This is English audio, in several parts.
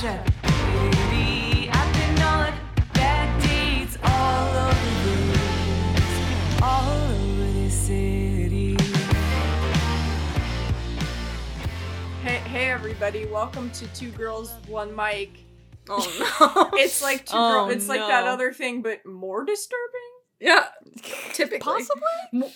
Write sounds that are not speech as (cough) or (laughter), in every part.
check. Baby, I've been on bad deeds all over this, all over this city. Hey, hey everybody, welcome to Two Girls, One Mic. Oh no. It's like two Oh, girls, it's like that no. other thing, but more disturbing. yeah. (laughs) Typically. Possibly?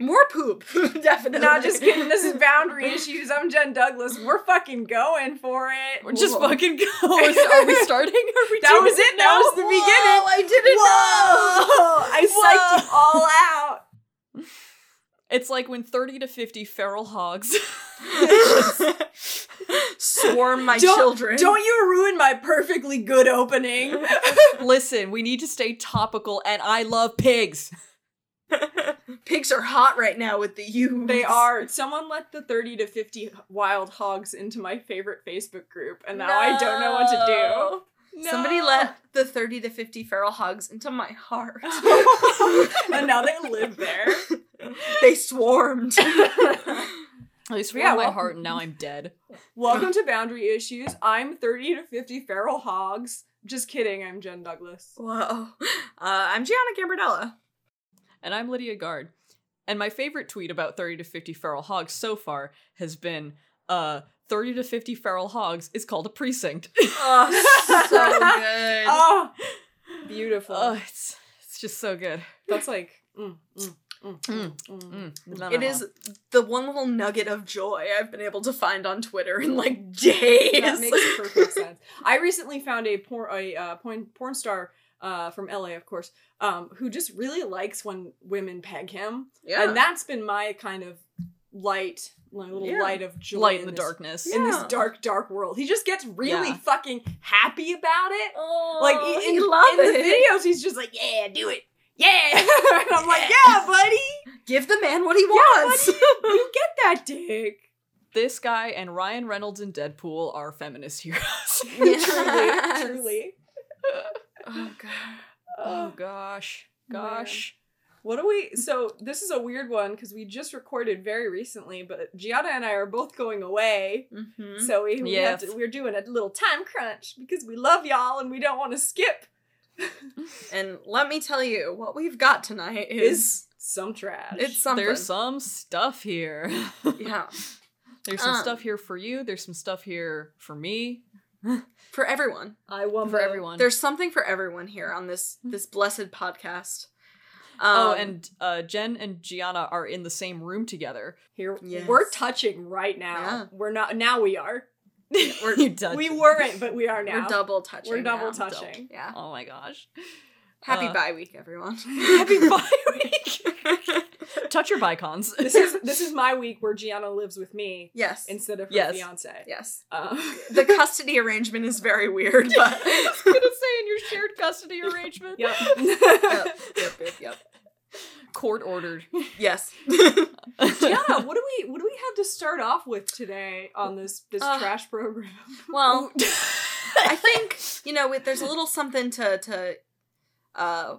More poop. Definitely. Not (laughs) just kidding, this is Boundary Issues. I'm Jen Douglas. We're fucking going for it. We're just Whoa. fucking go. (laughs) Are we starting? Are we That doing was it, that now? was the beginning. I didn't I psyched you all out. It's like when 30 to 50 feral hogs. (laughs) Swarm my Don't- children. Don't you ruin my perfectly good opening. Listen, we need to stay topical, and I love pigs. Pigs are hot right now with the (laughs) you. They are. Someone let the 30 to 50 wild hogs into my favorite Facebook group, and now I don't know what to do. Somebody let the 30 to 50 feral hogs into my heart. (laughs) and now they live there. (laughs) (laughs) they swarmed. I swear Yeah, on my well- heart, and now I'm dead. (laughs) Welcome to Boundary Issues. I'm 30 to 50 feral hogs. Just kidding, I'm Jen Douglas. Whoa. Uh, I'm Gianna Gambardella. And I'm Lydia Gard. And my favorite tweet about 30 to 50 feral hogs so far has been uh, 30 to 50 feral hogs is called (laughs) a precinct. Oh, so good. Oh, beautiful. oh, it's, it's just so good. That's like. mm, mm, mm, mm, mm. Mm, no, It no, no. is the one little nugget of joy I've been able to find on Twitter in like days. That makes perfect sense. I recently found a porn a uh, porn, porn star uh, from LA, of course, um, who just really likes when women peg him, yeah. and that's been my kind of light, my little Yeah. light of joy, light in the this- darkness. in this Yeah. dark, dark world. He just gets really Yeah. fucking happy about it. oh, Like he, in, in, love in it. the videos, he's just like, "Yeah, do it, yeah," (laughs) and I'm like, "Yeah, buddy, Give the man what he Yeah, wants. (laughs) you get that dick." This guy and Ryan Reynolds in Deadpool are feminist heroes. Yes. truly, truly. oh god. (laughs) oh (laughs) gosh. Gosh. What do we? So this is a weird one because we just recorded very recently, but Gianna and I are both going away, Mm-hmm. so we, we have Yes. to, we're doing a little time crunch because we love y'all and we don't want to skip. And let me tell you, what we've got tonight is Is some trash. it's something. There's some stuff here. (laughs) yeah, There's some Um. stuff here for you. There's some stuff here for me. for everyone. I want For everyone. There's something for everyone here on this this blessed podcast. Um, oh, and uh, Jen and Gianna are in the same room together. here. Yes. We're touching right now. Yeah. We're not now. We are. (laughs) we're, (laughs) You (laughs) done- We weren't, but we are now. we're double touching. We're double now. touching. Yeah. Oh my (laughs) gosh. Happy Uh, bye week, everyone. (laughs) Happy (laughs) bye week. Touch your (laughs) bicons. (laughs) This is this (laughs) is my week where Gianna lives with me yes. instead of her Yes. fiance. yes. (laughs) Um, The custody arrangement is very weird, but I was (laughs) gonna say in your shared (laughs) custody arrangement. yep. Yep, yep, yep, yep. Court (laughs) ordered. Yes. Gianna, what do we what do we have to start off with today on this this Uh, trash mm, program? (laughs) well, I think you know it, there's a little something to to uh,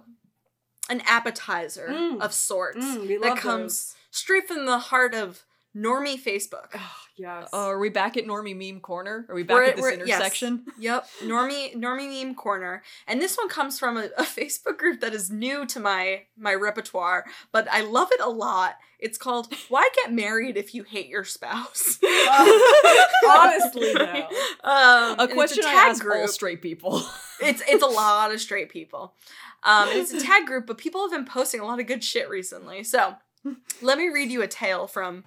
an appetizer Mm. of sorts Mm, we that love comes straight from the heart of normie Facebook. those. Oh, yes. Uh, (laughs) (laughs) are we back at Normie Meme Corner? Are we back We're- at this we're- yes. intersection? Yep, normie normie meme corner, and this one comes from a, a Facebook group that is new to my my repertoire, but I love it a lot. It's called "Why Get Married If You Hate Your Spouse." Uh, (laughs) honestly, though. Um, and A it's question I tag ask all straight people. It's it's a lot of straight people. Um, (laughs) and it's a tag group, but people have been posting a lot of good shit recently. So (laughs) let me read you a tale from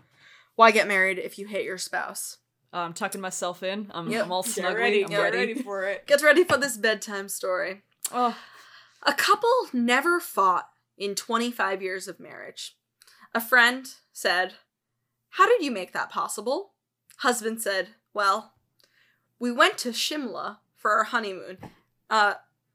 Why Get Married If You Hate Your Spouse. I'm tucking myself in. um, I'm, Yep. I'm (laughs) all Get snuggly. ready, I'm get ready. ready. for it. Get ready for this bedtime story. Oh, A couple never fought in 25 years of marriage. A friend said, How did you make that possible? Husband said, Well, we went to Shimla for our honeymoon. Uh,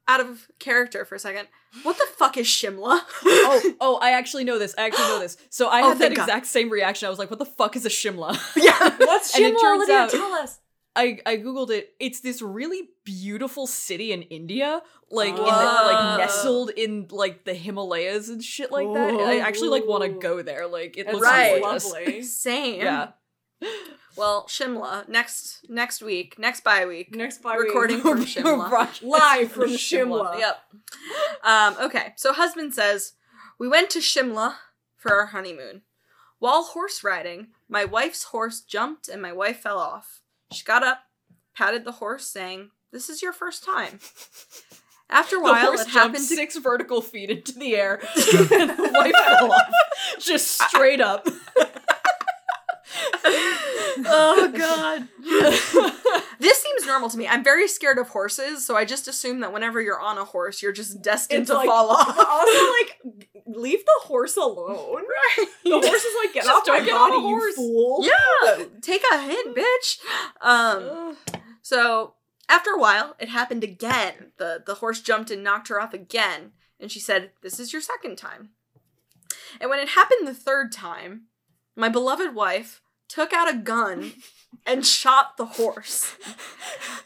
out of character for a second. What the fuck is Shimla? (laughs) oh, oh! I actually know this. I actually know this. So I Oh, had that thank God. exact same reaction. I was like, "What the fuck is a shimla?" (laughs) yeah. What's And it Shimla, turns Lydia? out- Tell us. I I googled it. It's this really beautiful city in India, like in the, Whoa. like nestled in like the Himalayas and shit like that. I actually like want to Ooh. go there. Like it That looks Right. sounds gorgeous. lovely. Same. Yeah. Well, Shimla next next week, next bye (laughs) week. Next by Recording (laughs) from Shimla. Live from Shimla. Yep. Um, okay, so husband says, We went to Shimla for our honeymoon. While horse riding, my wife's horse jumped and my wife fell off. She got up, patted the horse, saying, This is your first time. After a (laughs) The while, horse it jumped happened to six vertical feet into the air, (laughs) and the (laughs) wife fell off, just straight up. (laughs) oh god. This seems normal to me. I'm very scared of horses, so I just assume that whenever you're on a horse, you're just destined It's to like- fall off. also, like, g- leave the horse (laughs) alone. The horse is like, get Just off my don't get on a body, you horse. fool. Yeah, take a hint, bitch. Um, so after a while, it happened again. The the horse jumped and knocked her off again, and she said, "This is your second time." And when it happened the third time, my beloved wife took out a gun and shot the horse.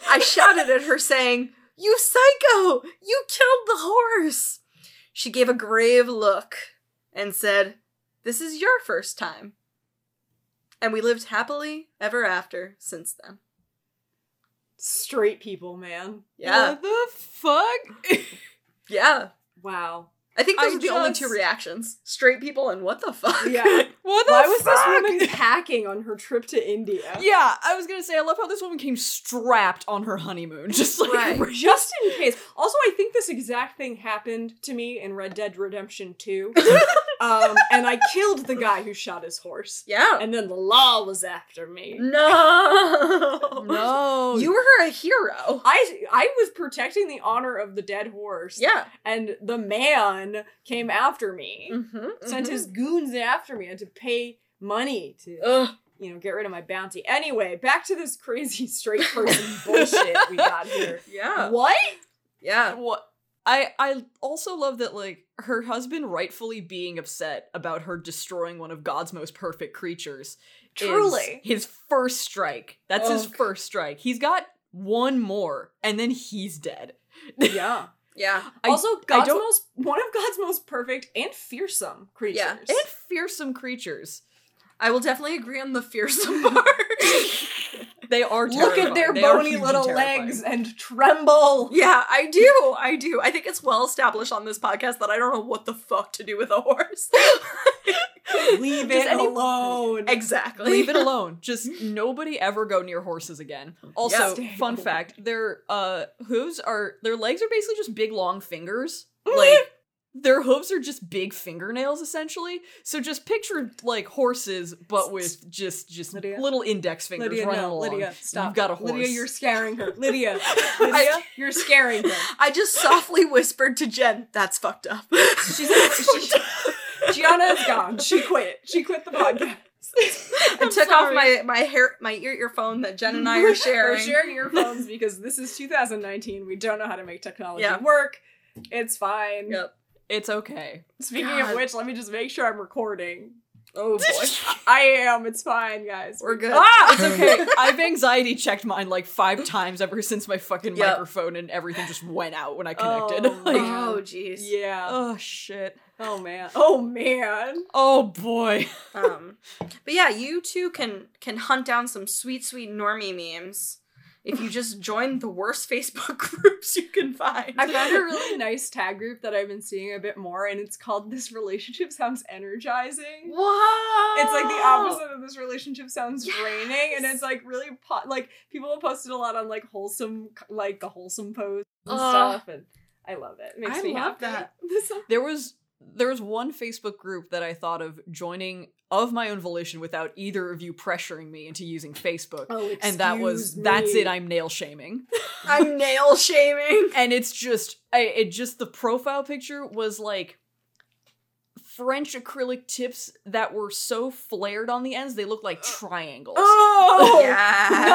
I shouted at her saying, "You psycho! You killed the horse!" She gave a grave look and said, "This is your first time." And we lived happily ever after since then. Straight people, man. Yeah. What the fuck? Yeah. Wow. I think those I are the only just- two reactions. Straight people and what the fuck? Yeah. What the Why was this fuck? woman packing on her trip to India? Yeah, I was gonna say I love how this woman came strapped on her honeymoon, (laughs) just like (laughs) Right. Just in case. Also, I think this exact thing happened to me in Red Dead Redemption (laughs) 2. um, and I killed the guy who shot his horse. (laughs) Yeah. And then the law was after me. (laughs) No. no, You were a hero. I I was protecting the honor of the dead horse. Yeah. And the man came after me. Mm-hmm, Sent his goons after me. I had to pay money to Ugh. you know get rid of my bounty. Anyway, back to this crazy straight person bullshit we got (laughs) here. Yeah. What? Yeah. what? I I also love that like her husband rightfully being upset about her destroying one of God's most perfect creatures. is Truly. his first strike. That's his Ugh. first strike. He's got one more, and then he's dead. Yeah. Yeah. I- also, God's don't- most one of God's most perfect and fearsome creatures. Yeah. And fearsome creatures. I will definitely agree on the fearsome part. They are. Look at terrifying. their They are bony hugely little terrifying. legs and (laughs) tremble. yeah, I do. I do. I think it's well established on this podcast that I don't know what the fuck to do with a horse. (laughs) Leave Does it any- alone. exactly. (laughs) Leave it alone. Just nobody ever go near horses again. Also, Yes. fun fact: their uh hooves are their legs are basically just big long fingers. Mm-hmm. Like their hooves are just big fingernails, essentially. So just picture like horses, but with just just Lydia. little index fingers Lydia, running no, along. Lydia, stop. You've got a Lydia, horse. you're scaring her. Lydia, Lydia, you're scaring her. I just softly whispered to Jen, that's fucked up. She's (laughs) she, Gianna is gone. She quit. She quit the podcast. I took off my my hair my ear earphone that Jen and I are (laughs) sharing. We're sharing earphones because this is 2019. We don't know how to make technology Yeah. work. It's fine. Yep. It's okay. Speaking God. of which, let me just make sure I'm recording. Oh boy. I am. It's fine, guys. We're good. Um, (laughs) Ah, it's (laughs) okay. I've anxiety checked mine like five times ever since my fucking Yep. microphone and everything just went out when I connected. Oh, (laughs) like, man. oh jeez. Yeah. oh shit. Oh man. Oh man. Oh boy. Um but yeah, you too can can hunt down some sweet sweet normie memes if you just join the worst (laughs) Facebook groups you can find. I found a (laughs) really nice tag group that I've been seeing a bit more, and it's called "This Relationship Sounds Energizing." Whoa. It's like the opposite of this relationship sounds draining, and Yes. it's like really po- like people have posted a lot on like wholesome, like the wholesome post and Ugh. stuff, and I love it. it makes I me love happy. that. (laughs) This- There was there was one Facebook group that I thought of joining of my own volition without either of you pressuring me into using Facebook. oh, and that was that's it, I'm (laughs) nail shaming. I'm nail shaming. (laughs) and it's just I, it just the profile picture was like French acrylic tips that were so flared on the ends, they looked like triangles. Uh, (laughs) oh,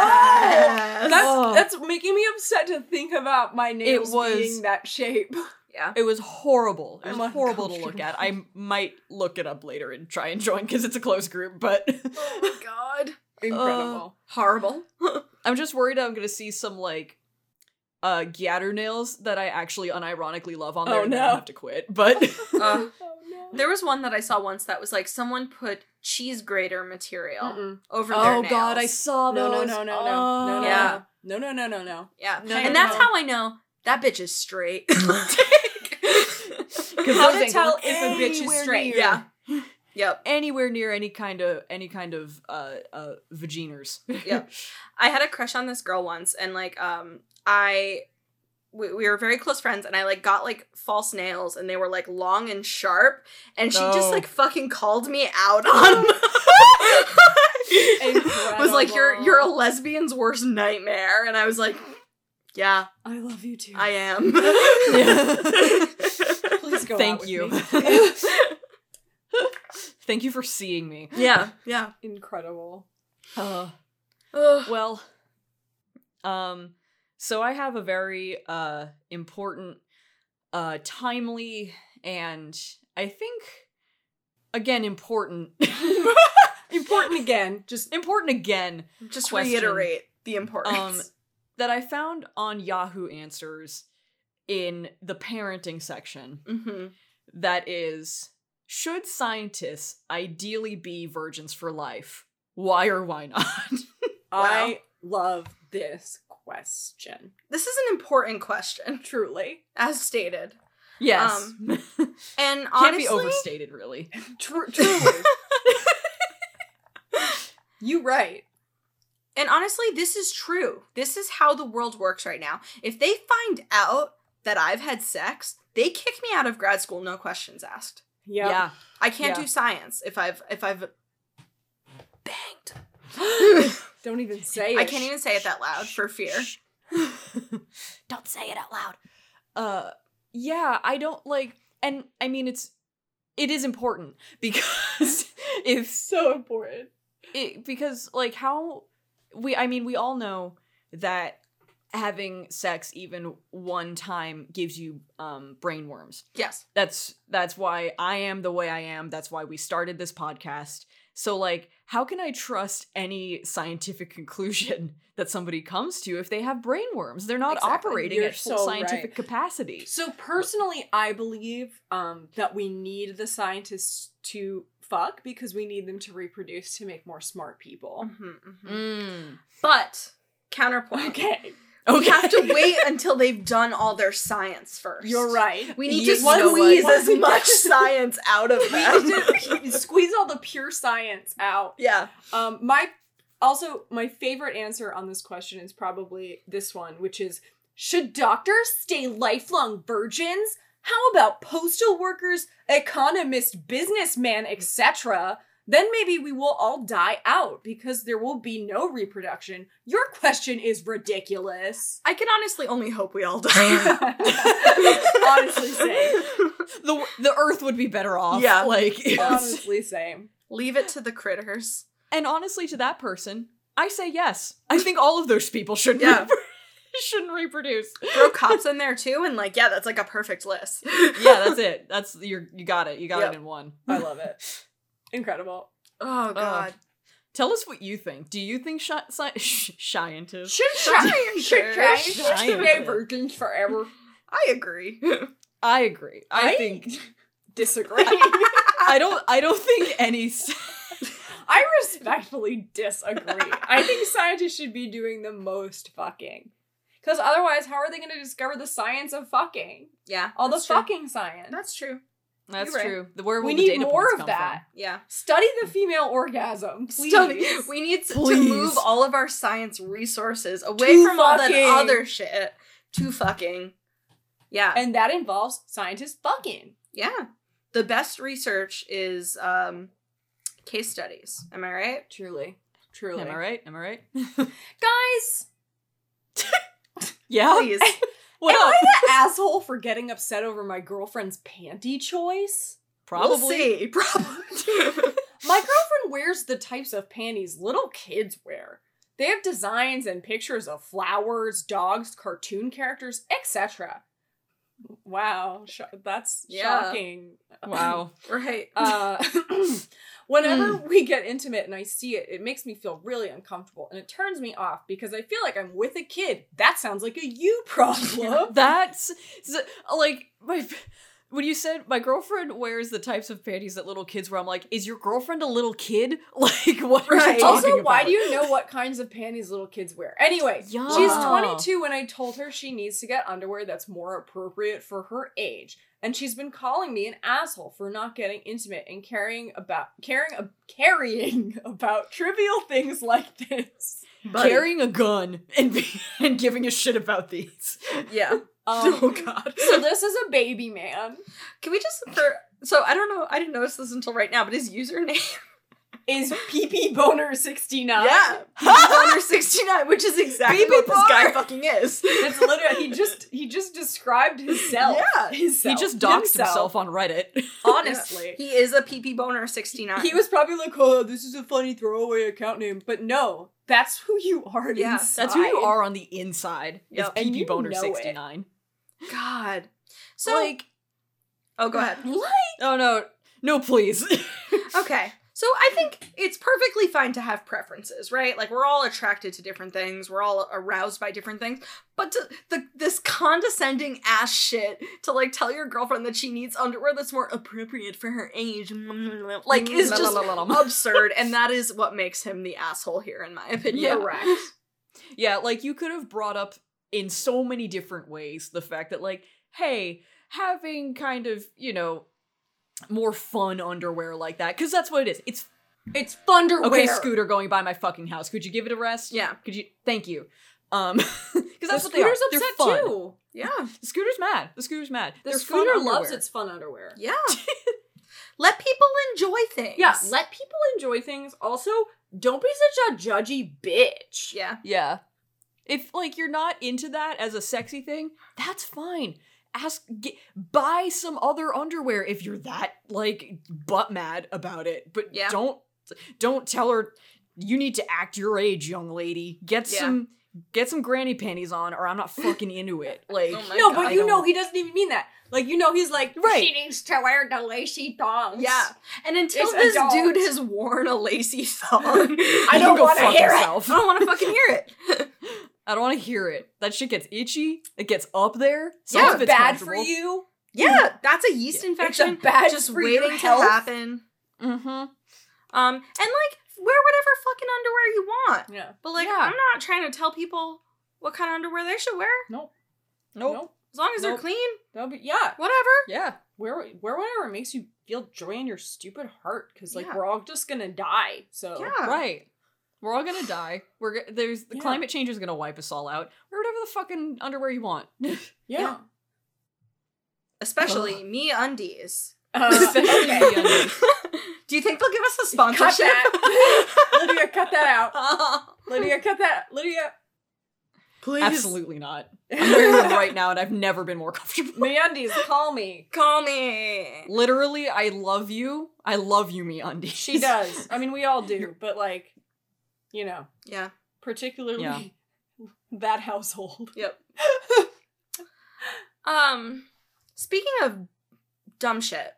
Yes. That's Ugh. that's making me upset to think about my nails was- being that shape. yeah. It was horrible. It I'm was horrible to look at. I might look it up later and try and join because it's a close group, (laughs) but Oh my god. Incredible. Horrible. I'm just worried I'm gonna see some like uh gatter nails that I actually unironically love on there Oh, and then no. I'll have to quit. But Uh, oh no. There was one that I saw once that was like someone put cheese grater material Mm-mm. over their Oh nails. god, I saw No, no, those. no, no, no, no, no, Yeah. Oh. no, no, no, no, no. Yeah. No, and no, that's no. how I know that bitch is (laughs) straight. (laughs) those how to ain't tell going if a bitch is anywhere straight. near. Yeah. Yep. Anywhere near any kind of any kind of uh uh vaginers. (laughs) Yep. I had a crush on this girl once and like um I we, we were very close friends and I like got like false nails and they were like long and sharp and she just Oh. like fucking called me out on (laughs) them. (laughs) was like you're you're a Incredible. lesbian's worst nightmare and I was like yeah, I love you too. I (laughs) am. (laughs) Please go. out Thank with you. me. (laughs) Thank you for seeing me. yeah, yeah. Incredible. Uh, Ugh. well, um, so I have a very uh important, uh, timely, and I think again important, (laughs) Important again. Just important again Just Question. reiterate the importance. Um, that I found on Yahoo Answers in the parenting section. Mhm. That is, should scientists ideally be virgins for life? Why or why not? (laughs) I love this question. This is an important question, (laughs) Truly. as stated. yes, Um, And (laughs) can't honestly, be overstated, really. Tru- truly. you right. and honestly, this is true. This is how the world works right now. If they find out that I've had sex, they kick me out of grad school, no questions asked. Yeah, I can't Yeah. do science if I've if I've (gasps) banged. Don't even say it. I can't even say it that loud for fear. don't say it out loud. Uh, yeah, I don't like, and I mean, it's it is important (laughs) because if so important. it, because like how we i mean we all know that having sex even one time gives you um brain worms Yes. that's that's why i am the way i am that's why we started this podcast so like how can i trust any scientific (laughs) conclusion that somebody comes to if they have brain worms they're not Exactly. operating You're at full so scientific right. capacity So personally, I believe um, that we need the scientists to fuck because we need them to reproduce to make more smart people. Mm-hmm, (laughs) Mhm, mhm. Mm. But counterpoint. Okay, We have (laughs) to wait until they've done all their science first. you're right. We need You to know squeeze what? as (laughs) much (laughs) science out of We them. (laughs) need to (laughs) squeeze all the pure science out. yeah. Um, my also my favorite answer on this question is probably this one, which is: Should doctors stay lifelong virgins? How about postal workers, economists, businessmen, etc.? Then maybe we will all die out because there will be no reproduction. Your question is ridiculous. (laughs) I can honestly only hope we all (laughs) die. Honestly, (laughs) same. the the earth would be better off Yeah. like it's- (laughs) Honestly, same. Leave it to the critters. And honestly, to that person, I say yes. I think all of those people shouldn't Yeah. repro- (laughs) shouldn't reproduce. (laughs) Throw cops in there too, and like, yeah, that's like a perfect (laughs) list. Yeah, (laughs) that's it. That's you. You got it. You got Yep. it in one. I love it. Incredible. Oh god. Tell us what you think. Do you think shi- sci- (laughs) sh- scientists? Should try. Should try. Should try. Should stay virgins forever. I (laughs) agree. I agree. I, I- think (laughs) Disagree. I don't. I (laughs) don't think any. s- I respectfully disagree. I think scientists should be doing the most fucking. Because otherwise, how are they going to discover the science of fucking? yeah. All that's the true. fucking science. That's true. That's You're right. true. The where will we the need data more points of come that. Yeah. Study the female (laughs) orgasm, please. Study. We need s- to move Please. all of our science resources away To from all fucking. that other shit to fucking. Yeah. and that involves scientists fucking. yeah. The best research is um case studies. Am I right? Truly. from? Truly. Am I right? Am I right? (laughs) Guys, (laughs) yeah. Please. What am up? I the asshole for getting upset over my girlfriend's panty choice? Probably. We'll see. Probably. My girlfriend wears the types of panties little kids wear. They have designs and pictures of flowers, dogs, cartoon characters, etc. Wow, sho- that's Yeah. shocking. (laughs) Wow. (laughs) right. Uh, (clears throat) whenever we get intimate and I see it, it makes me feel really uncomfortable and it turns me off because I feel like I'm with a kid. That sounds like a you problem. That's so, like my when you said my girlfriend wears the types of panties that little kids wear, I'm like, is your girlfriend a little kid? (laughs) Like, what are Right. you talking Also, why about? do you know what kinds of panties little kids wear? Anyway, Yeah. she's 22 and I told her she needs to get underwear that's more appropriate for her age. And she's been calling me an asshole for not getting intimate and caring about caring ab- carrying (laughs) about trivial things like this. Buddy. carrying a gun and be, (laughs) and giving a shit about these? Yeah. (laughs) Um, oh (laughs) God. so this is a baby man. Can we just for so I don't know I didn't notice this until right now, but his username Is PP Boner 69? (laughs) (laughs) yeah Boner sixty nine, which is exactly Baby what this guy Boner. fucking is. That's literally he just he just described himself. Yeah. He Himself. just doxed himself on Reddit. (laughs) Honestly. he is a PP boner sixty nine. He was probably like, "Oh, this is a funny throwaway account name," but no, that's who you are Yeah, inside. That's who you are on the inside. Yep. It's And you PP Boner know it. 69. God. So So like, oh, go ahead. What? oh no, (laughs) no, please. Okay. So I think it's perfectly fine to have preferences, right? Like we're all attracted to different things, we're all aroused by different things. But to, the this condescending ass shit to like tell your girlfriend that she needs underwear that's more appropriate for her age, like is Mm, (laughs) (laughs) just absurd. And that is what makes him the asshole here, in my opinion. Yeah. yeah, like you could have brought up in so many different ways the fact that like, hey, having kind of you know more fun underwear like that because that's what it is. It's It's Thunderwear. okay, scooter going by my fucking house. Could you give it a rest? Yeah. Could you? Thank you. Um, (laughs) because that's the what they are. scooter's They're upset fun. too. Yeah. The scooter's mad. The scooter's mad. The They're fun scooter loves underwear. its fun underwear. Yeah. (laughs) Let people enjoy things. Yeah, let people enjoy things. Also, don't be such a judgy bitch. yeah. Yeah. If like you're not into that as a sexy thing, that's fine. Ask get, buy some other underwear if you're that like butt mad about it. But Yeah. don't don't tell her you need to act your age, young lady. Get Yeah. some get some granny panties on or I'm not fucking into (laughs) it. Like Oh my No, God, but I you know don't- he doesn't even mean that. Like you know he's like Right. She needs to wear the lacy thongs. Yeah. And until It's this adult. dude has worn a lacy thong, I (laughs) I You don't go wanna fuck hear it. yourself. I don't want to fucking hear it. (laughs) I don't want to hear it. That shit gets itchy. It gets up there. Some Yeah, of it's bad for comfortable. you. Yeah, that's a yeast Yeah. infection. (laughs) It's a bad just for your waiting to health. happen. Mhm. Um, and like wear whatever fucking underwear you want. Yeah. But like, Yeah. I'm not trying to tell people what kind of underwear they should wear. Nope. Nope. As long as Nope. they're clean, That'll be- yeah. whatever. Yeah. Wear wear whatever makes you feel joy in your stupid heart, because like Yeah. we're all just gonna die. So Yeah. Right. We're all gonna die. We're g- there's the Yeah. climate change is gonna wipe us all out. Wear whatever the fucking underwear you (laughs) want. (laughs) yeah. Especially me undies. (laughs) Uh, Oh, Especially okay. me undies. Do you think they'll give us a Cut (laughs) sponsorship? that. Lydia, cut that out. (laughs) Uh, Lydia, cut that. (laughs) Lydia. Please. Absolutely not. I'm wearing them right now, and I've never been more comfortable. (laughs) Mandy's, call me. call me. Literally, I love you. I love you, me undies. She does. I mean, we all do, but like, you know, Yeah. particularly Yeah. (laughs) that household. Yep. um, speaking of dumb shit,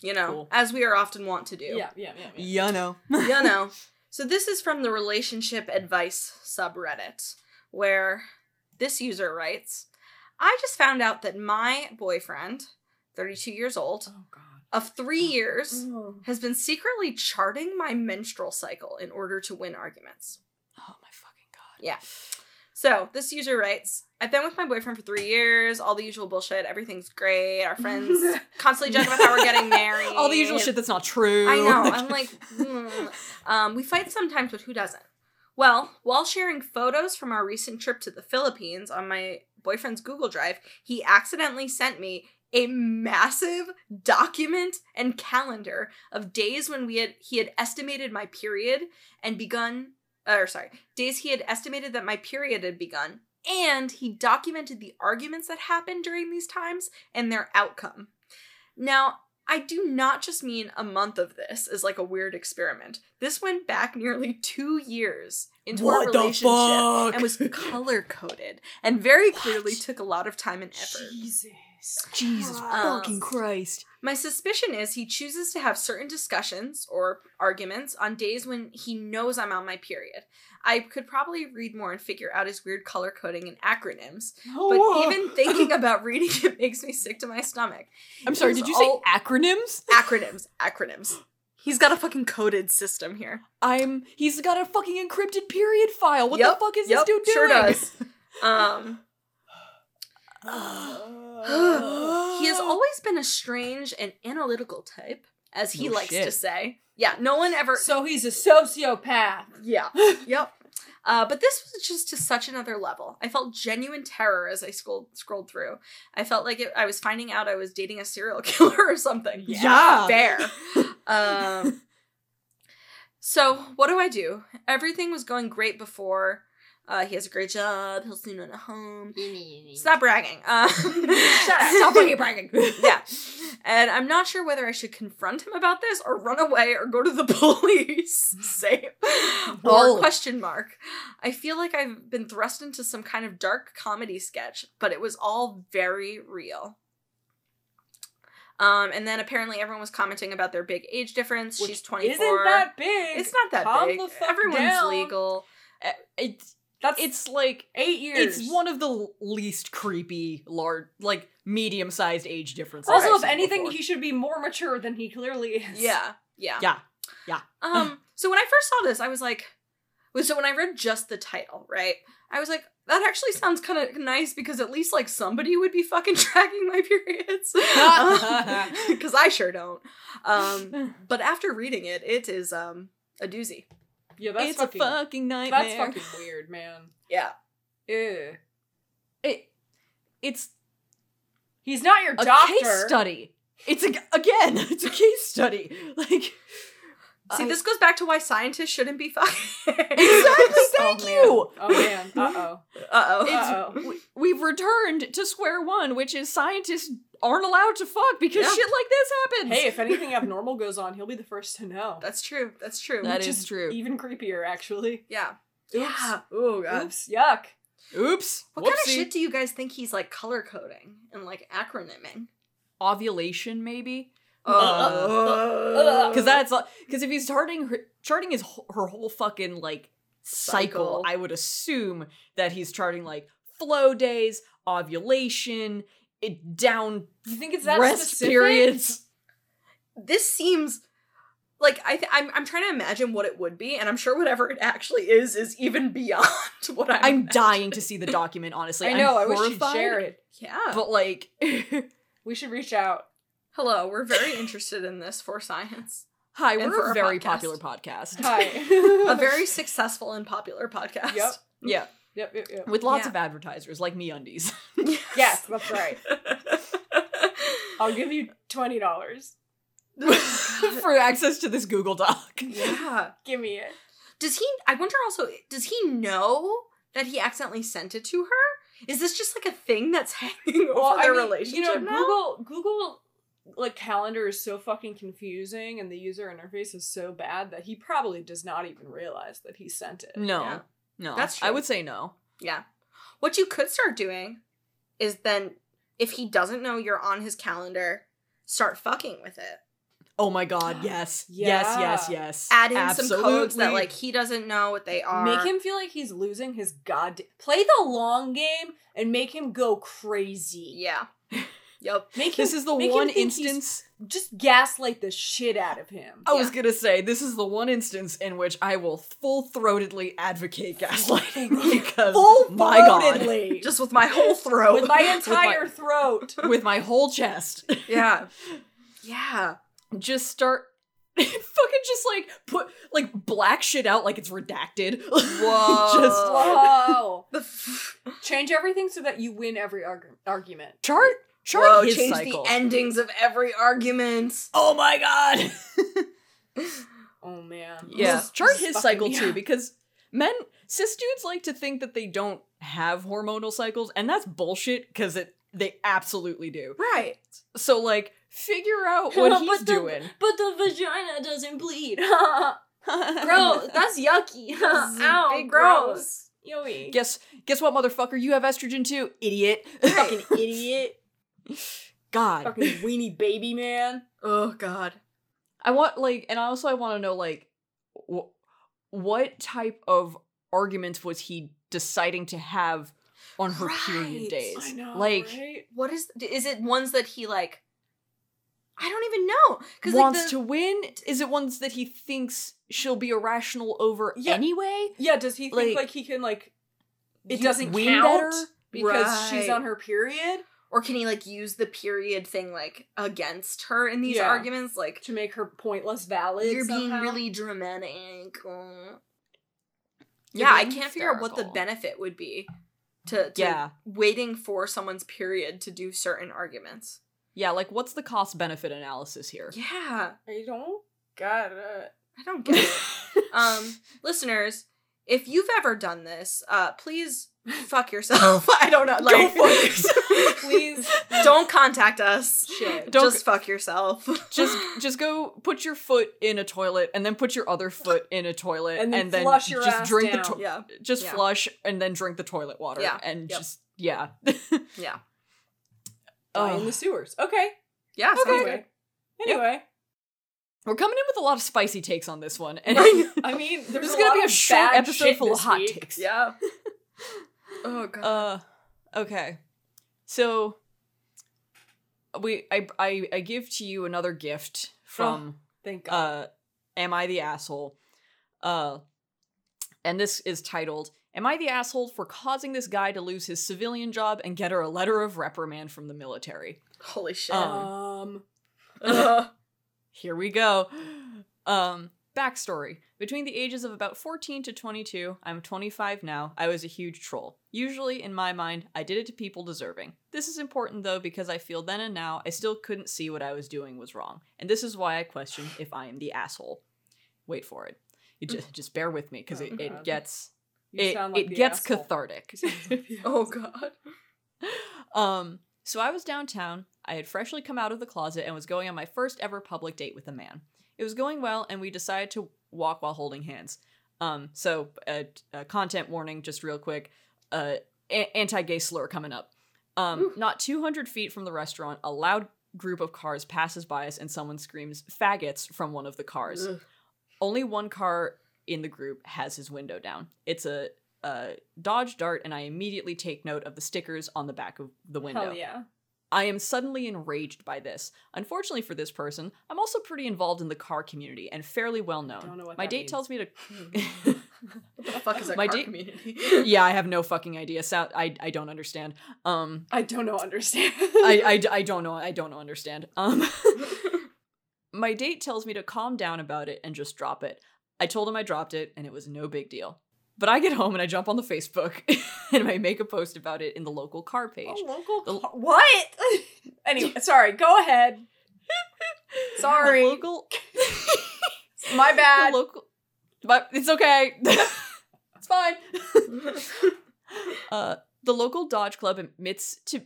you know, Cool. as we are often wont to do. Yeah, yeah, yeah. yeah. (laughs) You (laughs) know. you know. So this is from the relationship advice subreddit where this user writes, I just found out that my boyfriend, 32 years old, Oh God. of 3 years Oh. has been secretly charting my menstrual cycle in order to win arguments. Oh my fucking god. Yeah. So this user writes, I've been with my boyfriend for three years, all the usual bullshit, everything's great, our friends constantly joking about how we're getting married. All the usual shit that's not true. (laughs) I know. I'm like, hmm. um, we fight sometimes, but who doesn't? Well, while sharing photos from our recent trip to the Philippines on my boyfriend's Google Drive, he accidentally sent me a massive document and calendar of days when we had he had estimated my period and begun or sorry, days he had estimated that my period had begun, and he documented the arguments that happened during these times and their outcome. Now, I do not just mean a month of this as like a weird experiment. This went back nearly two years into our what the relationship fuck? and was color coded and very clearly What? took a lot of time and effort. Jesus. Jesus Um, fucking Christ. My suspicion is he chooses to have certain discussions or arguments on days when he knows I'm on my period. I could probably read more and figure out his weird color coding and acronyms. But Whoa. even thinking about reading it makes me sick to my stomach. I'm sorry, Those did you all- say acronyms? Acronyms, acronyms. He's got a fucking coded system here. I'm he's got a fucking encrypted period file. What the Yep, fuck is this yep, dude doing? sure does. Um, he has always been a strange and analytical type, as he No likes to shit. say. Yeah, no one ever. So he's a sociopath. yeah, yep. Uh, but this was just to such another level. I felt genuine terror as I scrolled scrolled through. I felt like it, I was finding out I was dating a serial (laughs) killer or something. Yeah. fair. um, so what do I do? Everything was going great before. Uh, he has a great job. He'll soon own a home. Stop bragging. (laughs) Uh, Stop fucking (laughs) bragging. yeah. (laughs) And I'm not sure whether I should confront him about this or run away or go to the (laughs) police. (laughs) Same. Oh. Or question mark. I feel like I've been thrust into some kind of dark comedy sketch, but it was all very real. Um, and then apparently everyone was commenting about their big age difference. Which She's 24. Isn't that big? it's not that Calm big. the fuck Everyone's down. legal. (gasps) It's That's it's like eight years. it's one of the least creepy large like medium-sized age differences. Also, I've if seen anything, before. he should be more mature than he clearly is. Yeah. Yeah. Yeah. (laughs) Um, so when I first saw this, I was like, well, so when I read just the title, right? I was like, that actually sounds kind of nice because at least like somebody would be fucking (laughs) tracking my (laughs) periods, because I sure don't. Um, but after reading it, it is um a doozy. Yeah, that's it's fucking. a fucking nightmare. that's fucking weird, man. Yeah, Ew. It, it's He's not your a doctor. case study. It's a, again, (laughs) it's a case study. (laughs) (laughs) Like see, I- this goes back to why scientists shouldn't be fucking. (laughs) exactly. Thank man. you. Oh man. (laughs) Uh oh. Uh It's- Uh oh. oh. we- we've returned to square one, which is scientists aren't allowed to fuck because Yeah. shit like this happens. Hey, if anything abnormal goes on, he'll be the first to know. That's true. That's true. That Which is true. Even creepier, actually. yeah. Oops. Yeah. Oh god. Oops. Yuck. Oops. What kind of Whoopsie. shit do you guys think he's like color coding and like acronyming? Ovulation, maybe. Uh, Uh, Because that's because if he's charting her, charting his wh- her whole fucking like cycle, Cycle. I would assume that he's charting like flow days, ovulation, it down You think it's that rest specific? periods. this seems like I th- I'm I'm trying to imagine what it would be, and I'm sure whatever it actually is is even (laughs) beyond what I'm. I'm dying to see the document. Honestly, I know. i I'm wish you'd horrified, share it. Yeah. But like, (laughs) We should reach out. Hello, we're very interested in this for science. hi, And for we're our a very podcast. popular podcast. Hi. (laughs) A very successful and popular podcast. Yep. Yeah, (laughs) Yep. Yep. Yep. with lots Yeah. of advertisers like me undies. (laughs) (laughs) Yes, that's right. (laughs) I'll give you twenty dollars. for access to this Google Doc. yeah. Give me it. Does he? I wonder also. Does he know that he accidentally sent it to her? Is this just like a thing that's (laughs) hanging over Well, I their mean, relationship you know, now? Google Google like calendar is so fucking confusing, and the user interface is so bad that he probably does not even realize that he sent it. No, Yeah. no, That's true. I would say no. Yeah. What you could start doing is then, if he doesn't know you're on his calendar, start fucking with it. Oh my (gasps) god, yes, yes, yes, Yeah. yes. Add in some codes that like he doesn't know what they are. Make him feel like he's losing his goddamn. Play the long game and make him go crazy. (laughs) Yeah. yep. Make him (laughs) This is the make him one think he's- (laughs) instance. just gaslight the shit out of him. I was gonna say this is the one instance in which I will full throatedly (laughs) advocate gaslighting (laughs) because Oh my god, Full-throatedly. Just with my whole throat. (laughs) with my with my- entire (laughs) throat. (laughs) with my whole chest, (laughs) (laughs) (laughs) yeah. Yeah. just start (laughs) fucking just like put like black shit out like it's redacted. (laughs) Whoa. just Whoa. The f- Change everything so that you win every arg- argument. chart chart Whoa, his change cycle. the endings of every argument. oh my god. Oh man. yeah. This is- chart this is his fucking- cycle yeah. too because men cis dudes like to think that they don't have hormonal cycles and that's bullshit because it they absolutely do Right. so like figure (laughs) out what But he's the- doing (laughs) But the vagina doesn't (laughs) bleed. bro that's (laughs) yucky. This is big Yoey. guess guess what motherfucker you have estrogen too idiot (laughs) (laughs) fucking idiot. god fucking weenie baby man. Oh God. i want like and also i want to know like wh- what type of argument was he deciding to have on her period Right. days? I know. like right? What is is it ones that he like I don't even know cuz like wants the, to win? Is it ones that he thinks she'll be irrational over Yeah. anyway? yeah, does he think like- like, he can like it You doesn't win count better? because she's Right. on her period or can he like use the period thing like against her in these Yeah. arguments like to make her point less valid? you're being somehow? really dramatic. uh. You're Yeah, I being can't figure out what the hysterical. benefit would be to, to Yeah. waiting for someone's period to do certain arguments. Yeah, like what's the cost benefit analysis here? Yeah, I don't got it. I don't get it. um, (laughs) listeners, if you've ever done this, (laughs) uh, please fuck yourself. (laughs) I don't know. Like, fuck yourself. (laughs) (laughs) Please don't contact us. shit. (laughs) Don't- Just fuck yourself. (laughs) just just go put your foot in a toilet and then put your other foot in a toilet And and then then, flush your just ass drink down. the to- yeah, just Yeah. flush and then drink the toilet water Yeah. and Yep. just yeah. (laughs) yeah, Die in the sewers. Okay. yeah. sounds Okay. good. Anyway, We're coming in with a lot of spicy takes on (laughs) this one. And I mean, there's this is a gonna lot be a of short bad episode shit full of this hot week. takes. Yeah. (laughs) oh god. Uh okay. So we I I, I give to you another gift from Thank God. uh am i the asshole uh and this is titled am i the asshole for causing this guy to lose his civilian job and get her a letter of reprimand from the military Holy shit. Oh, um, (laughs) (laughs) um. Ugh. here we go um backstory between the ages of about 14 to 22 i'm 25 now i was a huge troll usually in my mind i did it to people deserving this is important though because i feel then and now i still couldn't see what i was doing was wrong and this is why (sighs) i question if i am the asshole wait for it you just, just bear with me because Mm. Oh, it, it God. gets You it, sound like it the gets asshole. cathartic You sound (laughs) like the oh god. um, so I was downtown. I had freshly come out of the closet and was going on my first ever public date with a man. It was going well, and we decided to walk while holding hands. Um, so, uh, uh, content warning, just real quick. Uh, a- anti-gay slur coming up. Um, Oof. not 200 feet from the restaurant, a loud group of cars passes by us, and someone screams "faggots" from one of the cars. Ugh. Only one car in the group has his window down. It's a, a Dodge Dart, and I immediately take note of the stickers on the back of the window. Hell yeah. I am suddenly enraged by this. Unfortunately for this person, I'm also pretty involved in the car community and fairly well known. Don't know what My that date means. Hmm. tells me to. What the fuck is that My car date- community? (laughs) yeah, I have no fucking idea. So I I don't understand. Um, I don't know. (laughs) Understand. (laughs) I, I, I don't know. I don't know. Understand. Um, (laughs) my date tells me to calm down about it and just drop it. I told him I dropped it and it was no big deal. But I get home and I jump on the Facebook (laughs) and I make a post about it in the local car page. A (laughs) local The- car- what? (laughs) anyway, sorry. Go ahead. Sorry. The local (laughs) (laughs) My the bad. local but it's okay (laughs) it's fine uh the local dodge club admits to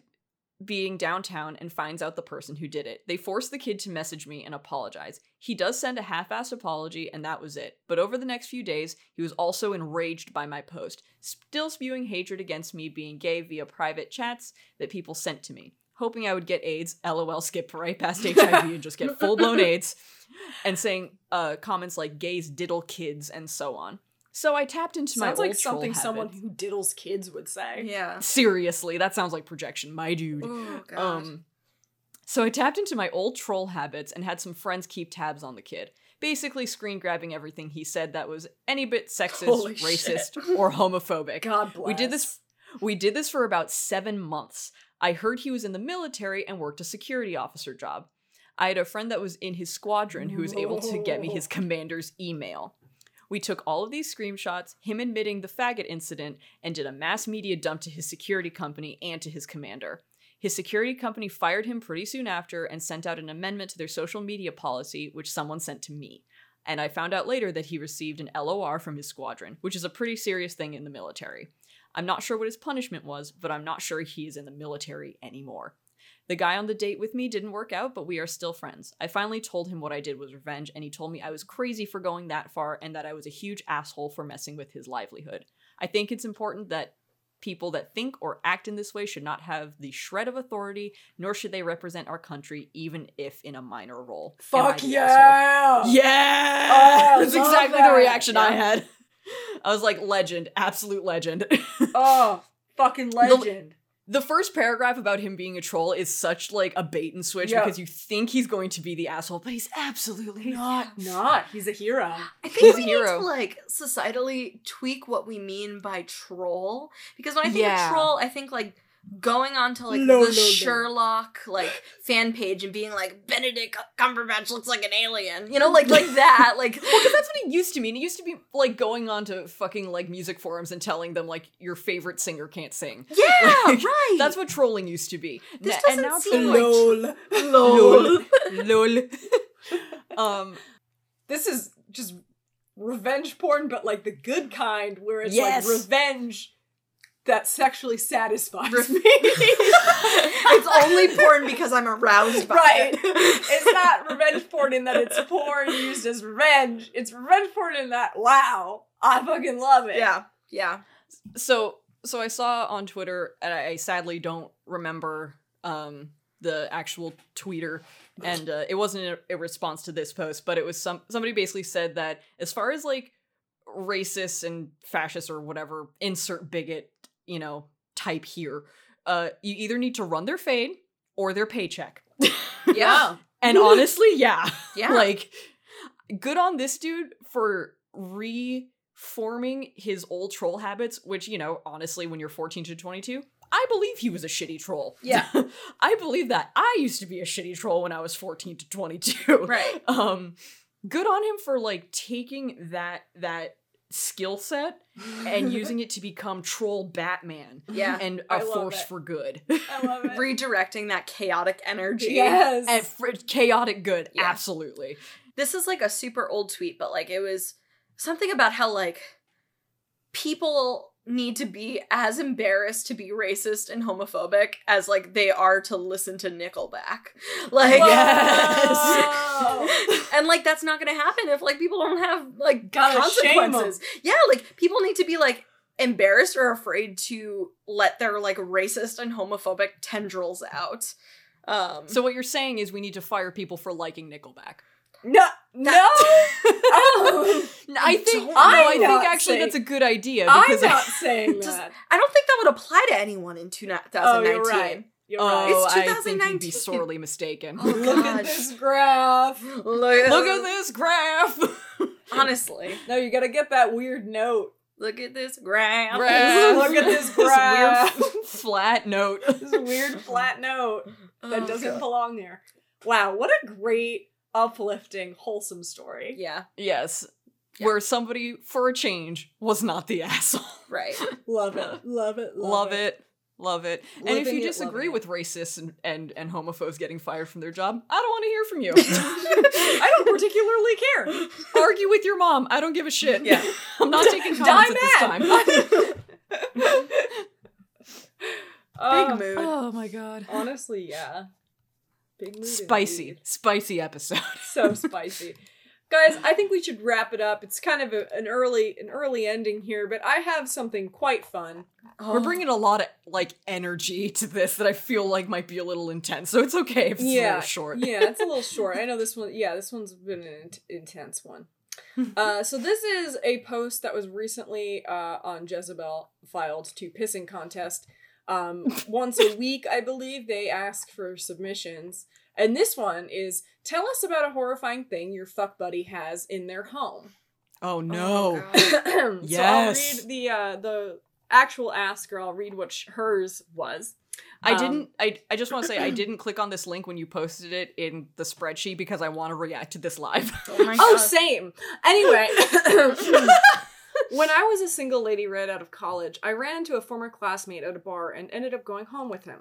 being downtown and finds out the person who did it they force the kid to message me and apologize he does send a half-assed apology and that was it but over the next few days he was also enraged by my post still spewing hatred against me being gay via private chats that people sent to me hoping i would get aids lol skip (laughs) right past hiv and just get full-blown aids and saying uh, comments like gays diddle kids and so on. So I tapped into my Sounds old like something troll someone habit. who diddles kids would say. (laughs) yeah. Seriously, that sounds like projection, my dude. Oh god. Um, so I tapped into my old troll habits and had some friends keep tabs on the kid, basically screen grabbing everything he said that was any bit sexist, Holy racist, or (laughs) homophobic. God bless. We did this. We did this for about seven months. I heard he was in the military and worked a security officer job. I had a friend that was in his squadron who was able to get me his No. commander's email. We took all of these screenshots, him admitting the faggot incident, and did a mass media dump to his security company and to his commander. His security company fired him pretty soon after and sent out an amendment to their social media policy, which someone sent to me. And I found out later that he received an LOR from his squadron, which is a pretty serious thing in the military. I'm not sure what his punishment was, but I'm not sure he is in the military anymore. The guy on the date with me didn't work out, but we are still friends. I finally told him what I did was revenge, and he told me I was crazy for going that far and that I was a huge asshole for messing with his livelihood. I think it's important that people that think or act in this way should not have the shred of authority, nor should they represent our country, even if in a minor role. Am I Fuck the asshole? yeah. Yeah, Oh, I (laughs) that's love exactly that. the reaction I Yeah. had. (laughs) I was like, legend, absolute legend. (laughs) Oh, fucking legend. the first paragraph about him being a troll is such like a bait and switch Yeah. because you think he's going to be the asshole, but he's absolutely not. (laughs) Not. He's a hero. I think a we hero. need to like societally tweak what we mean by troll because when I think Yeah. of troll, I think like going on to like No, no, the no. Sherlock like fan page and being like Benedict Cumberbatch looks like an alien, you know, (laughs) like like that, like Because that's what it used to mean. It used to be like going on to fucking like music forums and telling them like your favorite singer can't sing. yeah, Like, right. That's what trolling used to be. This Na- doesn't it's seem like, lol. lol. (laughs) um, (laughs) This is just revenge porn, but like the good kind, where it's Yes. like revenge that sexually satisfies Re- me. (laughs) it's only porn because I'm aroused by Right. it. it's not revenge porn in that it's porn used as revenge. It's revenge porn in that wow, I fucking love it. (laughs) yeah, yeah. so so I saw on Twitter, and I, I sadly don't remember um the actual tweeter, and uh, it wasn't a, a response to this post, but it was some somebody basically said that as far as like racist and fascist or whatever insert bigot you know type here, uh, you either need to run their fade or their paycheck. Yeah. And honestly, yeah. Yeah. Like, good on this dude for reforming his old troll habits, which, you know, honestly, when you're 14 to 22, I believe he was a shitty troll. Yeah. (laughs) I believe that. I used to be a shitty troll when I was 14 to 22. Right. (laughs) Um, good on him for like taking that that skill set and using it to become troll Batman Yeah. and I a love force it. for good. I love (laughs) it. Redirecting that chaotic energy. yes. and (laughs) for chaotic good, Yeah. absolutely. this is like a super old tweet, but like it was something about how like people need to be as embarrassed to be racist and homophobic as like they are to listen to Nickelback. (laughs) Like Yes. and like that's not gonna happen if like people don't have like Gotta shame 'em. consequences. Yeah, like people need to be like embarrassed or afraid to let their like racist and homophobic tendrils out. Um So what you're saying is we need to fire people for liking Nickelback. No, no. Oh, I think don't- no, I I'm think not actually saying- that's a good idea I'm because not saying Just- that. I don't think that would apply to anyone in 2019. Oh, you're right. You're right. oh, It's I think you'd be 2019. sorely mistaken. Oh, Look at gosh. this graph. Look, Look at this graph. Honestly, No, you gotta get that weird note. look at this graph. (laughs) Graph. (laughs) Look at this this graph. weird flat note. This weird flat note that Oh, doesn't God. belong there. Wow, what a great, uplifting, wholesome story. Yeah, Yes. Yeah. Where somebody for a change was not the (laughs) asshole. right. (laughs) Love it. Love it. Love, Love it. Love it. and if Living you it, disagree loving with racists and, and, and homophobes getting fired from their job, I don't want to hear from you. I don't particularly care. Argue with your mom. I don't give a (laughs) shit. Yeah. I'm not taking Die comments at this time. mad. Big Uh, mood. Oh my god. Honestly, yeah. Big mood Spicy, indeed. spicy episode. (laughs) so spicy guys i think we should wrap it up it's kind of a, an early an early ending here but i have something quite fun Oh, We're bringing a lot of like energy to this that I feel like might be a little intense. So it's okay if it's a Yeah, little short. yeah it's a little short i know this one yeah this one's been an int- intense (laughs) one uh, so this is a post that was recently uh, on jezebel filed to pissing contest um, once (laughs) a week i believe they ask for submissions and this one is tell us about a horrifying thing your fuck buddy has in their home (clears throat) Oh no. So Yes. I'll read the uh, the actual ask, or I'll read what sh- hers was. I Um, didn't I I just want to (clears throat) say I didn't click on this link when you posted it in the spreadsheet because I want to react to (laughs) this live. oh my Oh, God. same. (laughs) Anyway, when I was a single lady right out of college, I ran into a former classmate at a bar and ended up going home with him.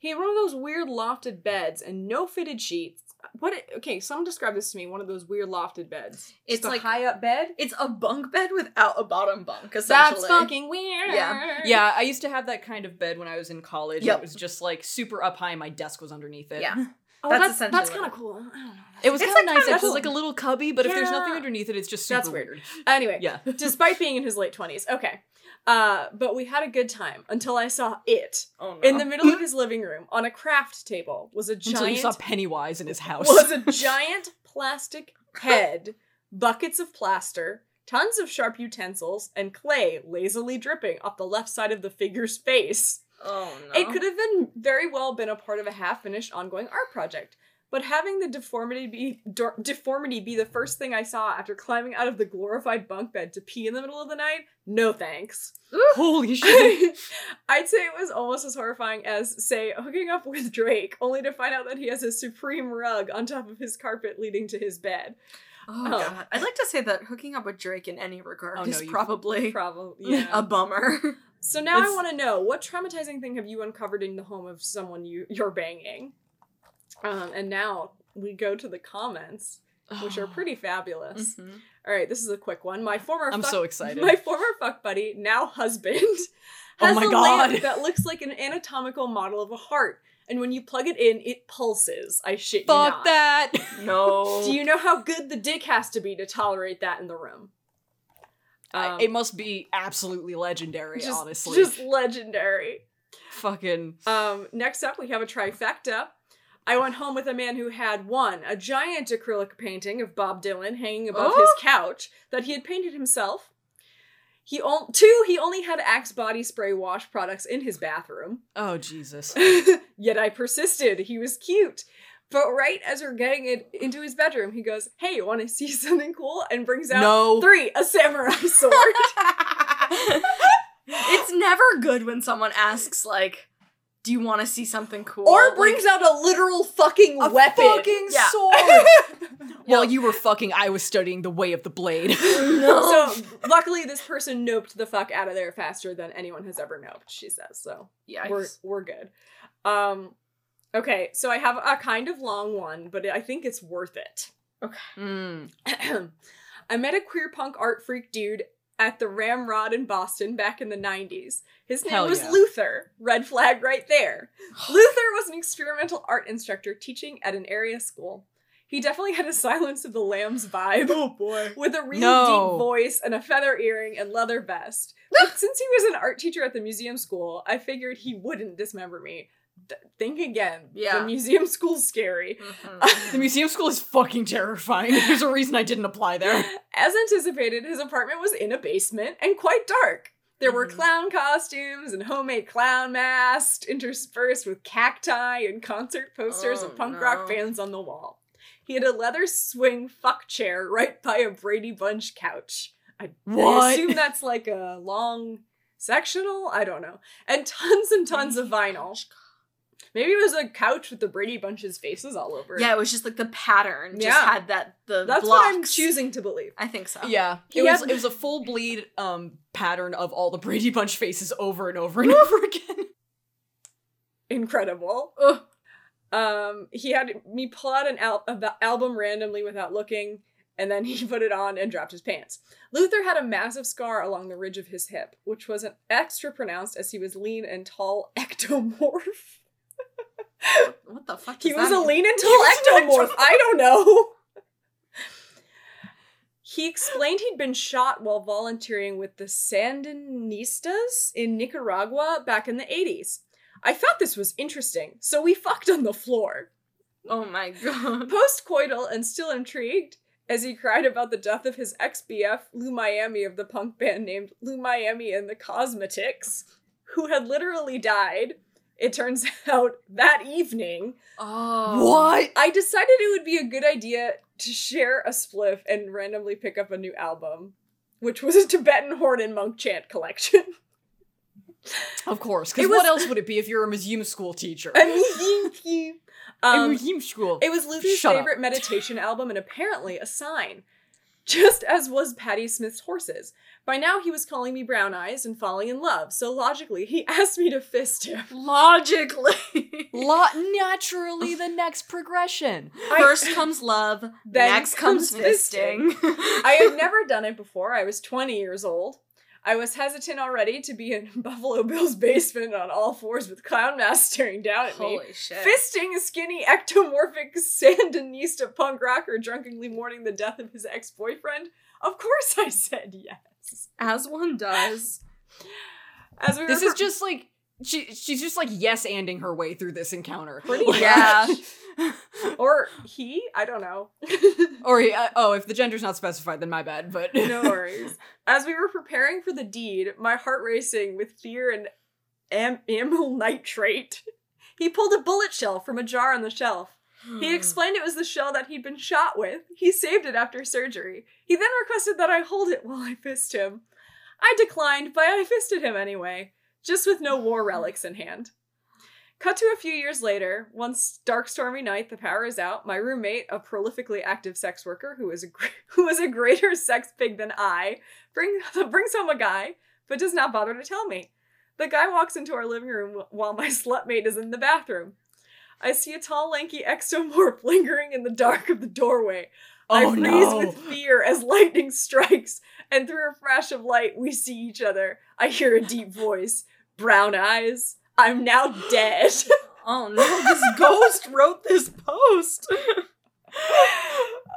He had one of those weird lofted beds and no fitted sheets. What? It, okay, someone described this to me. One of those weird lofted beds. it's Just a like high up bed. it's a bunk bed without a bottom bunk. Essentially, That's fucking weird. Yeah. yeah, I used to have that kind of bed when I was in college. Yep. It was just like super up high and my desk was underneath it. Yeah. Oh, That's that's essentially that's, what kind of it- cool. I don't know. It was It's, kind of like, nice. kinda It cool. was like a little cubby, but if there's nothing Yeah. underneath it, it's just super That's weird. weird. Anyway, Yeah. despite being in his late 20s. Okay. Uh, but we had a good time until I saw it. Oh, no. In the middle of his living room, on a craft table, was a Until you giant saw (laughs) Pennywise in his house. was a giant plastic head, buckets of plaster, tons of sharp utensils, and clay lazily dripping off the left side of the figure's face. Oh It could have been very well been a part of a half-finished ongoing art project. But having the deformity be dor- deformity be the first thing I saw after climbing out of the glorified bunk bed to pee in the middle of the night, no thanks. Holy shit. (laughs) I'd say it was almost as horrifying as, say, hooking up with Drake, only to find out that he has a supreme rug on top of his carpet leading to his bed. Oh, Oh. god. I'd like to say that hooking up with Drake in any regard Oh, no, is you- probably Probably, (laughs) yeah. (laughs) a bummer. so now I it's- want to know what traumatizing thing have you uncovered in the home of someone you you're banging? Um, and now we go to the comments, which (gasps) (sighs) are pretty fabulous. All right, this is a quick one. My former Mm-hmm. I'm fuck- so (laughs) excited. My former fuck buddy, now husband, (laughs) Oh has my a God. lamp that looks like an anatomical model of a heart, and when you plug it in, it pulses. I shit you Fuck not. that. (laughs) (laughs) No. Do you know how good the dick has to be to tolerate that in the room? I- Um, it must be absolutely legendary, just, honestly. just legendary. fucking Um, next up, we have a trifecta. I went home with a man who had one, a giant acrylic painting of Bob Dylan hanging above Oh. his couch that he had painted himself. He on- two, he only had Axe body spray wash products in his bathroom. (laughs) oh Jesus. Yet I persisted. He was cute. But right as we're getting it into his bedroom, he goes, "Hey, want to see (laughs) something cool?" and brings out No. three, a (laughs) samurai sword. (laughs) it's never good when someone asks like, "Do you want to see something cool?" or Like, brings out a literal fucking A weapon. fucking Yeah. sword. No. While you were fucking, I was studying the way of the blade. (laughs) (laughs) no. (laughs) So luckily, this person noped the fuck out of there faster than anyone has ever noped. She says so. yeah, We're we're good. Um, okay, so I have a kind of long one, but I think it's worth it. Hmm. Mm. I met a queer punk art freak dude at the Ramrod in Boston back in the 90s. His name Hell was yeah. Luther. Red flag right there. Luther was an experimental art instructor teaching at an area school. He definitely had a Silence of the Lambs vibe. Oh boy. With a really No. deep voice and a feather earring and leather vest. But since he was an art teacher at the museum school, I figured he wouldn't dismember me. Th- think again. Yeah. The museum (laughs) school's scary. mm-hmm. (laughs) The museum school is fucking terrifying. (laughs) There's a reason I didn't apply there. (laughs) As anticipated, his apartment was in a basement and quite dark. There were Mhm. clown costumes and homemade clown masks interspersed with cacti and concert posters Oh, of punk no. rock bands on the wall. He had a leather swing fuck chair right by a Brady Bunch couch. I, I What? (laughs) assume that's like a long sectional? I don't know. And tons and tons of vinyl. Maybe it was a couch with the Brady Bunch's faces all over it. yeah, it was just like the pattern just Yeah. had that the That's what I'm blocks. choosing to believe. I think so. Yeah, He it was had- it was a full bleed um pattern of all the Brady Bunch faces over and over and over (laughs) again. Incredible. Ugh. um he had me pull out an al- ab- album randomly without looking and then he (laughs) put it on and dropped his pants luther had a massive scar along the ridge of his hip which was an extra pronounced as he was lean and tall (laughs) ectomorph What the fuck? (laughs) he does was that a mean? lean and He tall was an ectomorph i don't know he explained he'd been shot while volunteering with the sandinistas in nicaragua back in the 80s i thought this was interesting so we fucked on the floor Oh my god. Post coital and still intrigued, as he cried about the death of his ex BF, Lou Miami, of the punk band named Lou Miami and the Cosmetics, who had literally died, it turns (laughs) out, that evening, (laughs) Um, Oh. What? I decided it would be a good idea to share a spliff and randomly pick up a new album, which was a Tibetan horn and monk chant (laughs) collection. Of course, It because was- what else would it be if you're a museum school teacher? a um, museum school. It was Luther's Shut up. favorite meditation album and apparently a sign. Just as was Patti Smith's horses. By now he was calling me brown eyes and falling in love, so logically he (laughs) asked me to fist him. Logically. Lot naturally the next progression. First comes (laughs) love, Then next comes comes fisting. fisting. I had never done it before. I was 20 years old. I was hesitant already to be in (laughs) Buffalo Bill's basement on all fours with clown mask staring down at me. (laughs) (laughs) Holy shit. Fisting a skinny ectomorphic Sandinista punk rocker drunkenly mourning the death of his ex boyfriend? Of course I said yes. As one does. As we This were is just like she she's just like yes anding her way through this encounter. Pretty Like, much. (laughs) Yeah. or he? I don't know. (laughs) Or uh, oh, if the gender's not specified, then my bad. But (laughs) No worries. As we were preparing for the deed, my heart racing with fear and am- amyl nitrate, (laughs) he pulled a bullet shell from a jar on the shelf. Hmm. He explained it was the shell that he'd been shot with. He saved it after surgery. He then requested that I hold it while I fist him. I declined, but I fisted him anyway, just with no war relics in hand. Cut to a few years later, one s- dark stormy night, the power is out. My roommate, a prolifically active sex worker who is a gr- (laughs) who is a greater sex pig than I, bring, (laughs) brings home a guy, but does not bother to tell me. The guy walks into our living room wh- while my slut mate is in the bathroom. I see a tall, lanky ectomorph (laughs) lingering in the dark of the doorway. I oh freeze no. with fear as lightning strikes, and through a flash of light, we see each other. I hear a deep voice, brown eyes. I'm now (laughs) dead. Oh no, (laughs) this ghost wrote this post. (laughs)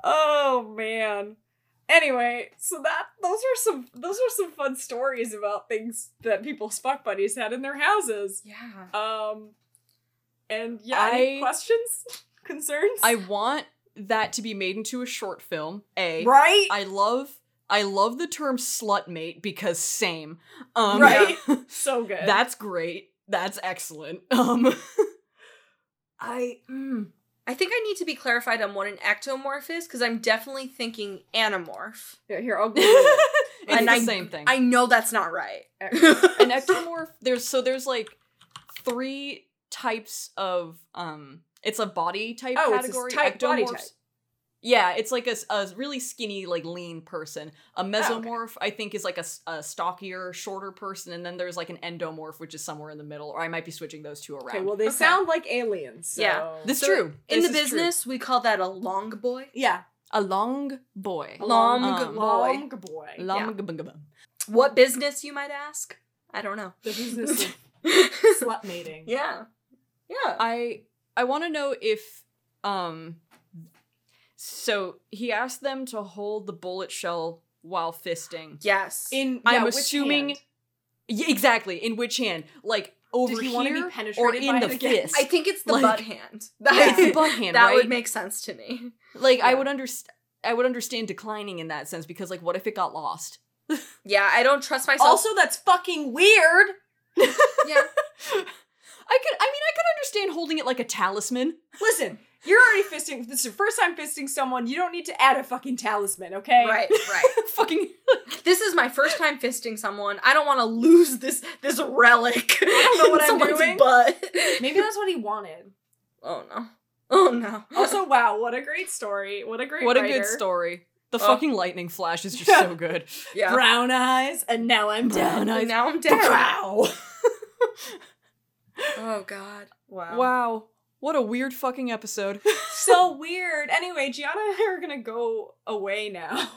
oh man. Anyway, so that those are some those are some fun stories about things that people's fuck buddies had in their houses. Yeah. Um, and yeah, any I- questions, (laughs) concerns? I want that to be made into a short film. A. right. I love I love the term slut mate because same. Um Right. so good. That's great. That's excellent. (laughs) Um I mm, Hmm. I think I need to be clarified on what an ectomorph is because I'm definitely thinking anamorph. here, here, (laughs) I'll Google it. it's And the I- same thing. I know that's not (laughs) right. an ectomorph there's so there's like three types of um it's a body type Oh, it's a category type- body type. yeah it's like a, s- a really skinny like lean person a mesomorph i think is like a, s- a stockier shorter person and then there's like an endomorph which is somewhere in the middle or i might be switching those two around Okay, well they Okay. sound like aliens. So. Yeah. this is so true In This the is true. business, we call that a long boy. yeah, a long boy Long Um, boy. long boy. long bung-a-bung. What business, you might ask? I don't know. The business (laughs) of slut mating. yeah. Yeah. I I want to know if um so he asked them to hold the bullet shell while fisting. yes. In I'm yeah, which assuming- hand? Yeah, exactly. In which hand? Like over he wanna be here or penetrated in by the it again? fist? I think it's the Like- butt hand. It's the (laughs) That, butt hand, that right? would make sense to me. (laughs) like I yeah. would understand I would understand declining in that sense because like what if it got lost? Yeah, I don't trust myself. Also, that's fucking weird. yeah. I could I mean I could understand holding it like a talisman. Listen, you're already fisting. This is your first time fisting someone. You don't need to add a fucking talisman, okay? Right, right. Fucking (laughs) This is my first time fisting someone. I don't want to lose this this relic. I don't know what I'm doing. Butt. Maybe that's what he wanted. Oh no. Oh no. (laughs) Also, wow, what a great story. What a great what a writer. good story. The Oh. fucking lightning flash is just (laughs) so good. yeah. Brown eyes, and now I'm Brown dead. eyes. And now I'm dead. Wow. (laughs) Oh god. Wow. Wow. What a weird fucking episode. so weird. Anyway, Gianna and I are gonna go away now.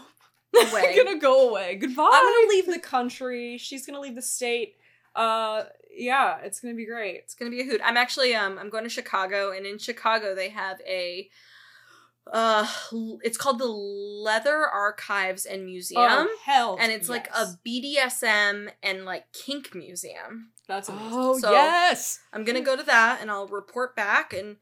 Away. I'm gonna go away. Goodbye. I'm gonna leave the country. She's gonna leave the state. Uh, yeah, it's gonna be great. It's gonna be a hoot. I'm actually um I'm going to Chicago, and in Chicago they have a uh l- it's called the Leather Archives and Museum. Oh, hell, and it's like a yes. BDSM and like kink museum. that's amazing. Oh So- yes. I'm gonna go to that and I'll report back and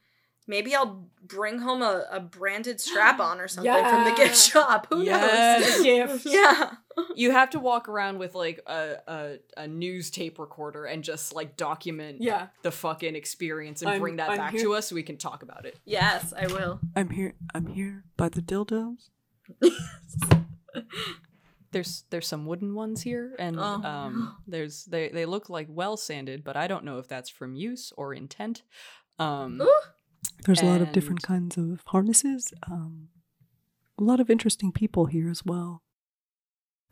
maybe I'll bring home a, a (gasps) branded strap on or something from the gift Yeah. shop. Who Yes. (laughs) gift. (laughs) knows? (laughs) Yeah. You have to walk around with like a, a a news tape recorder and just like document Yeah. the fucking experience and I'm- bring that I'm back here. to us so we can talk about it. Yes, I will. I'm here. I'm here by the dildos. There's there's some wooden ones here and Oh. um there's they they look like well sanded, but I don't know if that's from use or intent. Um Ooh. There's a lot of different And- kinds of harnesses. Um, a lot of interesting people here as well.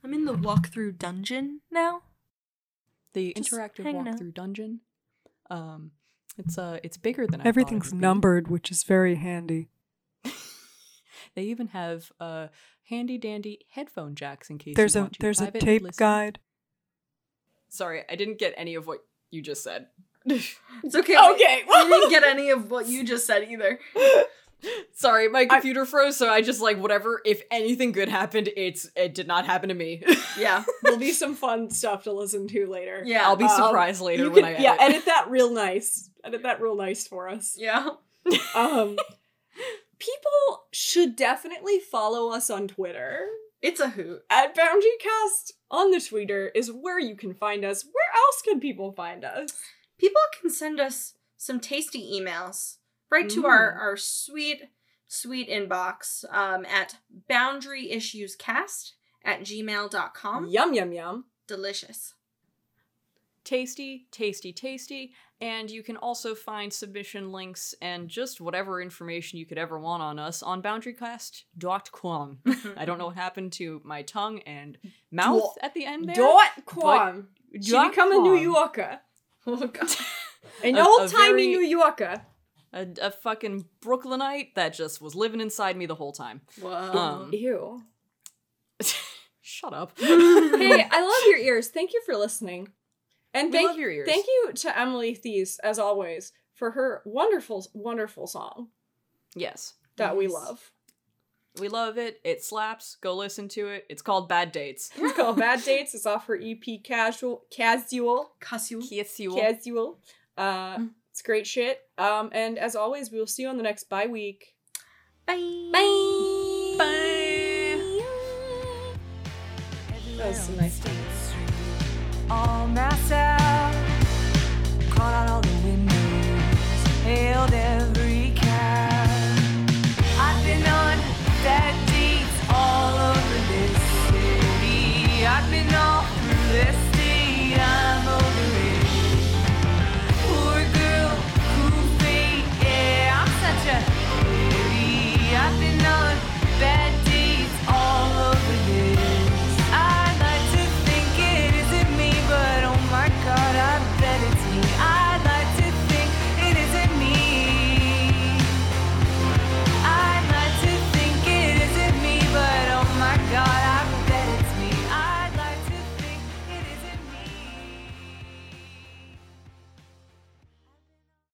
I'm in the walkthrough dungeon now. the Just interactive hanging out. walkthrough dungeon. Um it's uh it's bigger than I thought it Everything's would be. numbered, which is very handy. They even have uh handy dandy headphone jacks in case There's you a want to there's a private tape listen. guide. Sorry, I didn't get any of what you just (laughs) said. It's okay. Okay. Okay. I didn't (laughs) get any of what you just said either. (laughs) Sorry, my computer froze, so (laughs) I just like whatever. If anything good happened, it's it did not happen to me. (laughs) Yeah. There'll be some fun stuff to listen to later. Yeah. I'll be Um, surprised later You when can- I (laughs) edit. yeah, edit that real nice. Edit that real nice for us. Yeah. Um, people should definitely follow us on Twitter. It's a hoot. At BountyCast on the Twitter is where you can find us. Where else can people find us? People can send us some tasty emails right to Mm. our, our sweet, sweet inbox um, at boundaryissuescast at gmail.com. Yum, yum, yum. Delicious. (laughs) tasty, tasty, tasty. And you can also find submission links and just whatever information you could ever want on us on boundarycast.com. I don't know what happened to my tongue and mouth at the end there. Dot com. She Dot become a New com. Yorker. Oh, God. An A- old a timey very- New Yorker. A, a fucking Brooklynite that just was living inside me the whole time. Whoa. Um, (laughs) Ew. Shut up. hey, I love your ears. Thank you for listening. And We thank, love your ears. thank you to Emily Thies, as always, for her wonderful, wonderful song Yes. that we Yes. love. We love it. It slaps. Go listen to it. It's called Bad Dates. It's (laughs) called Bad Dates. It's off her EP Casual Casual. Casual. Kiss you. all. Casual. Uh Mm. it's great shit. Um and as always, we will see you on the next bye week. Bye. Bye. Bye. That was so nice. All myself, caught oh oh out oh